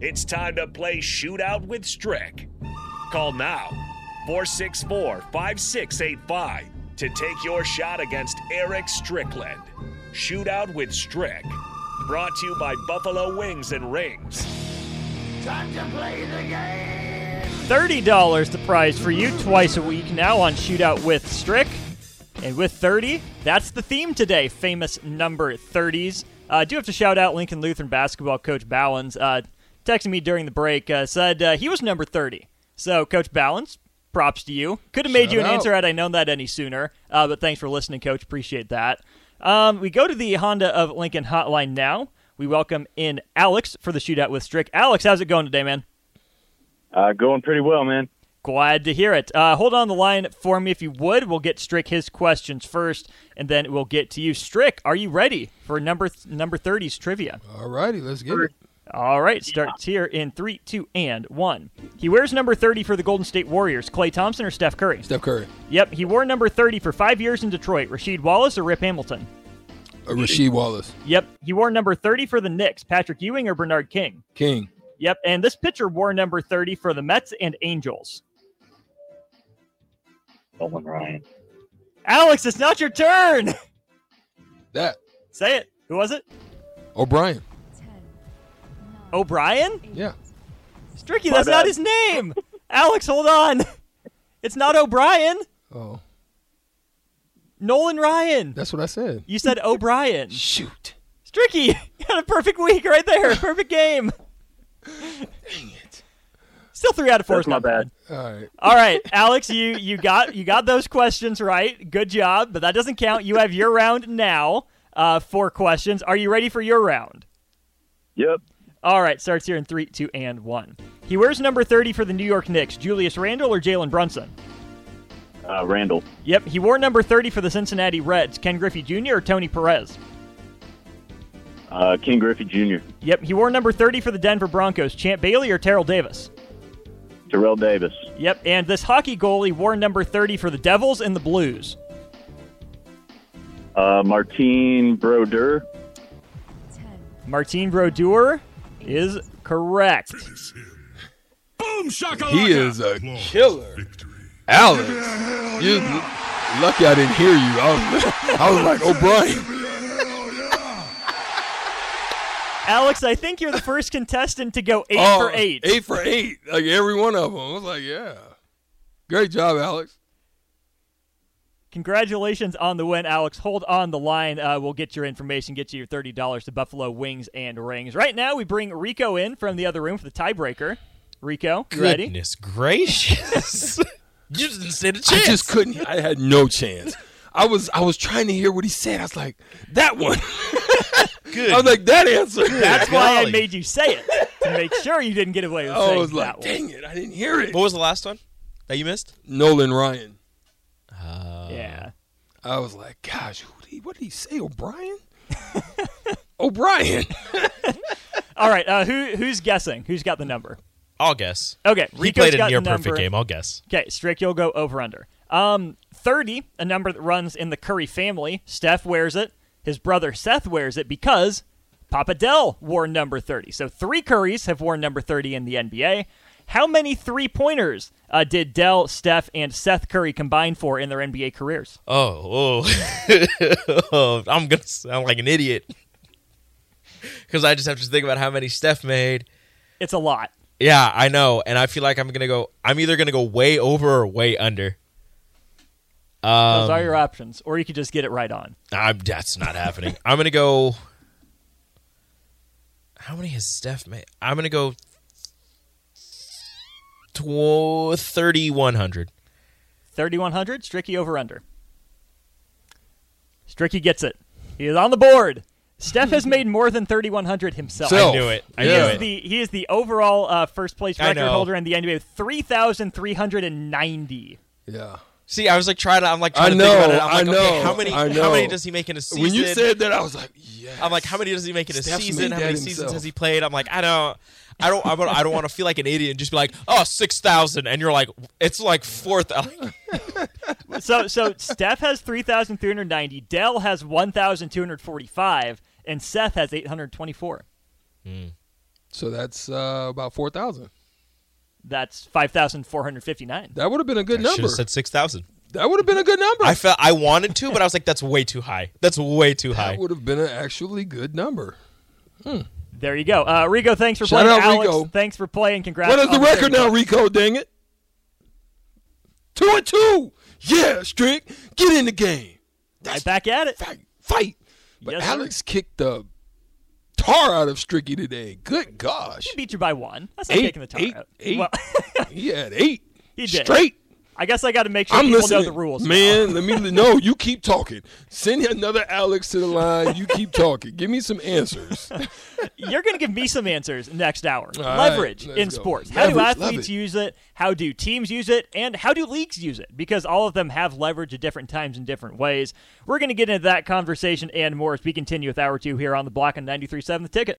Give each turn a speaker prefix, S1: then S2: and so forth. S1: It's time to play Shootout with Strick. Call now 464 5685 to take your shot against Eric Strickland. Shootout with Strick. Brought to you by Buffalo Wings and Rings.
S2: Time to play the game.
S3: $30 the prize for you twice a week now on Shootout with Strick. And with 30, that's the theme today, famous number 30s. Uh, I do have to shout out Lincoln Lutheran basketball coach Ballins. Uh, texted me during the break, uh, said uh, he was number 30. So, Coach Ballins, props to you. Could have made
S4: Shout
S3: you an
S4: out.
S3: answer had I known that any sooner. Uh, but thanks for listening, Coach. Appreciate that. Um, we go to the Honda of Lincoln hotline now. We welcome in Alex for the shootout with Strick. Alex, how's it going today, man?
S5: Uh, going pretty well, man.
S3: Glad to hear it. Uh, hold on the line for me if you would. We'll get Strick his questions first, and then we'll get to you. Strick, are you ready for number th- number 30's trivia?
S4: All righty, let's get it.
S3: All right, starts here in three, two, and one. He wears number 30 for the Golden State Warriors. Clay Thompson or Steph Curry?
S4: Steph Curry,
S3: Yep, he wore number 30 for five years in Detroit. Rasheed Wallace or Rip Hamilton?
S4: uh, Rasheed Wallace,
S3: Yep, he wore number 30 for the Knicks. Patrick Ewing or Bernard King?
S4: King,
S3: Yep, and this pitcher wore number 30 for the Mets and Angels.
S5: Nolan Ryan.
S3: Alex, it's not your turn!
S4: that
S3: Say it. Who was it?
S4: O'Brien.
S3: O'Brien?
S4: Yeah,
S3: Stricky,
S5: My
S3: that's
S5: bad.
S3: not his name. Alex, hold on. It's not O'Brien.
S4: oh,
S3: Nolan Ryan.
S4: that's what I said.
S3: You said O'Brien.
S4: Shoot,
S3: Stricky, you had a perfect week right there. Perfect game.
S4: dang it.
S3: Still three out of four.
S5: That's
S3: is
S5: my
S3: not
S5: bad.
S4: All right,
S3: All right, Alex, you you got you got those questions right. Good job, but that doesn't count. You have your round now. Uh, four questions. Are you ready for your round?
S5: Yep.
S3: All right, starts here in three, two, and one. He wears number thirty for the New York Knicks. Julius Randle or Jalen Brunson?
S5: Uh, Randall.
S3: Yep, he wore number 30 for the Cincinnati Reds. Ken Griffey Jr. or Tony Perez?
S5: Uh, King Griffey Jr.
S3: Yep, he wore number 30 for the Denver Broncos. Champ Bailey or Terrell Davis?
S5: Terrell Davis.
S3: Yep, and this hockey goalie wore number 30 for the Devils and the Blues.
S5: Uh, Martine Brodeur.
S3: Martin Brodeur is correct.
S2: Boom shakalaka.
S4: he is a killer. Alex, you lucky I didn't hear you. I was, I was like O'Brien.
S3: Alex, I think you're the first contestant to go 8
S4: Oh,
S3: for 8.
S4: Eight for eight. Like every one of them. I was like, yeah, great job, Alex.
S3: Congratulations on the win, Alex. Hold on the line. Uh, we'll get your information, get you your $30 to Buffalo Wings and Rings. Right now, we bring Rico in from the other room for the tiebreaker. Rico, you ready?
S6: Goodness gracious. you just didn't stand a
S4: I
S6: chance.
S4: just couldn't. I had no chance. I was I was trying to hear what he said. I was like, that one.
S6: Good.
S4: I was like, that answer.
S3: That's why I
S6: Golly.
S3: made you say it to make sure you didn't get away with
S4: I
S3: saying
S4: was like,
S3: that one.
S4: dang it, I didn't hear it.
S6: what was the last one that you missed?
S4: Nolan Ryan.
S6: Uh,
S3: Yeah.
S4: I was like, gosh, who did he, what did he say, O'Brien? O'Brien.
S3: All right. Uh, who who's guessing? Who's got the number?
S6: I'll guess.
S3: Okay.
S6: he
S3: Rico's
S6: played a
S3: got
S6: near
S3: the number.
S6: perfect game. I'll guess.
S3: Okay, Strick, you'll go over under. Um, thirty, a number that runs in the Curry family. Steph wears it. His brother Seth wears it because Papa Dell wore number thirty. So three Currys have worn number thirty in the NBA. How many three pointers uh, did Dell, Steph, and Seth Curry combine for in their NBA careers?
S6: Oh, oh. oh I'm going to sound like an idiot. Because I just have to think about how many Steph made.
S3: It's a lot.
S6: Yeah, I know. And I feel like I'm going to go, I'm either going to go way over or way under.
S3: Those
S6: Um,
S3: are your options, or you could just get it right on.
S6: I'm, that's not happening. I'm going to go. How many has Steph made? I'm going to go tw- 3,100.
S3: 3,100, Stricky over under. Stricky gets it. He is on the board. Steph has made more than 3,100 himself.
S4: So-
S6: I knew it. I
S3: He
S4: Yeah.
S3: is,
S6: knew it.
S3: the, he is the overall uh, first place
S6: I
S3: record
S6: know.
S3: holder in the NBA with 3,390.
S4: yeah.
S6: See, I was like trying to. I'm like
S4: I
S6: trying to think about
S4: know,
S6: it. I'm like,
S4: I
S6: okay,
S4: know,
S6: how many?
S4: I
S6: How many
S4: know.
S6: does he make in a season?
S4: When you said that, I was like, yeah.
S6: I'm like, how many does he make in a
S4: Steph's
S6: season?
S4: made
S6: How many
S4: that
S6: seasons
S4: himself.
S6: has he played? I'm like, I don't. I don't. I don't, I don't want to feel like an idiot and just be like, oh, 6,000. and you're like, it's like fourth.
S3: So, so Steph has 3,390, Dell has 1,245, and Seth has 824.
S4: So that's uh, about four thousand.
S3: That's 5,459.
S4: That would have been a good
S6: Should
S4: number.
S6: have said six thousand.
S4: that would have been a good number.
S6: I felt I wanted to, but I was like, that's way too high. That's way too high.
S4: that would have been an actually good number.
S3: There you go. Uh, Rico, thanks for
S4: Shout
S3: playing.
S4: out,
S3: Alex,
S4: Rico.
S3: thanks for playing. Congrats.
S4: What is the
S3: on
S4: record
S3: thirty
S4: now,
S3: bucks.
S4: Rico? Dang it! Two and two. Yeah, Strick, get in the game.
S3: Right back at it.
S4: Fight, fight. But
S3: Yes, sir.
S4: Alex kicked the tar out of Stricky today. Good gosh,
S3: He beat you by one. That's not
S4: Eight,
S3: taking the time
S4: eight,
S3: out.
S4: eight.
S3: Well,
S4: he had eight
S3: He did.
S4: straight.
S3: I guess I got to make sure
S4: I'm
S3: people
S4: listening,
S3: know the rules. now.
S4: man. Let me no. You keep talking. Send another Alex to the line. You keep talking. Give me some answers.
S3: You're going to give me some answers next hour.
S4: right,
S3: leverage
S4: let's
S3: in
S4: go.
S3: sports. how do
S4: Leverage, love
S3: athletes
S4: it.
S3: use it? How do teams use it? And how do leagues use it? Because all of them have leverage at different times in different ways. We're going to get into that conversation and more as we continue with hour two here on the block on 93.7 The Ticket.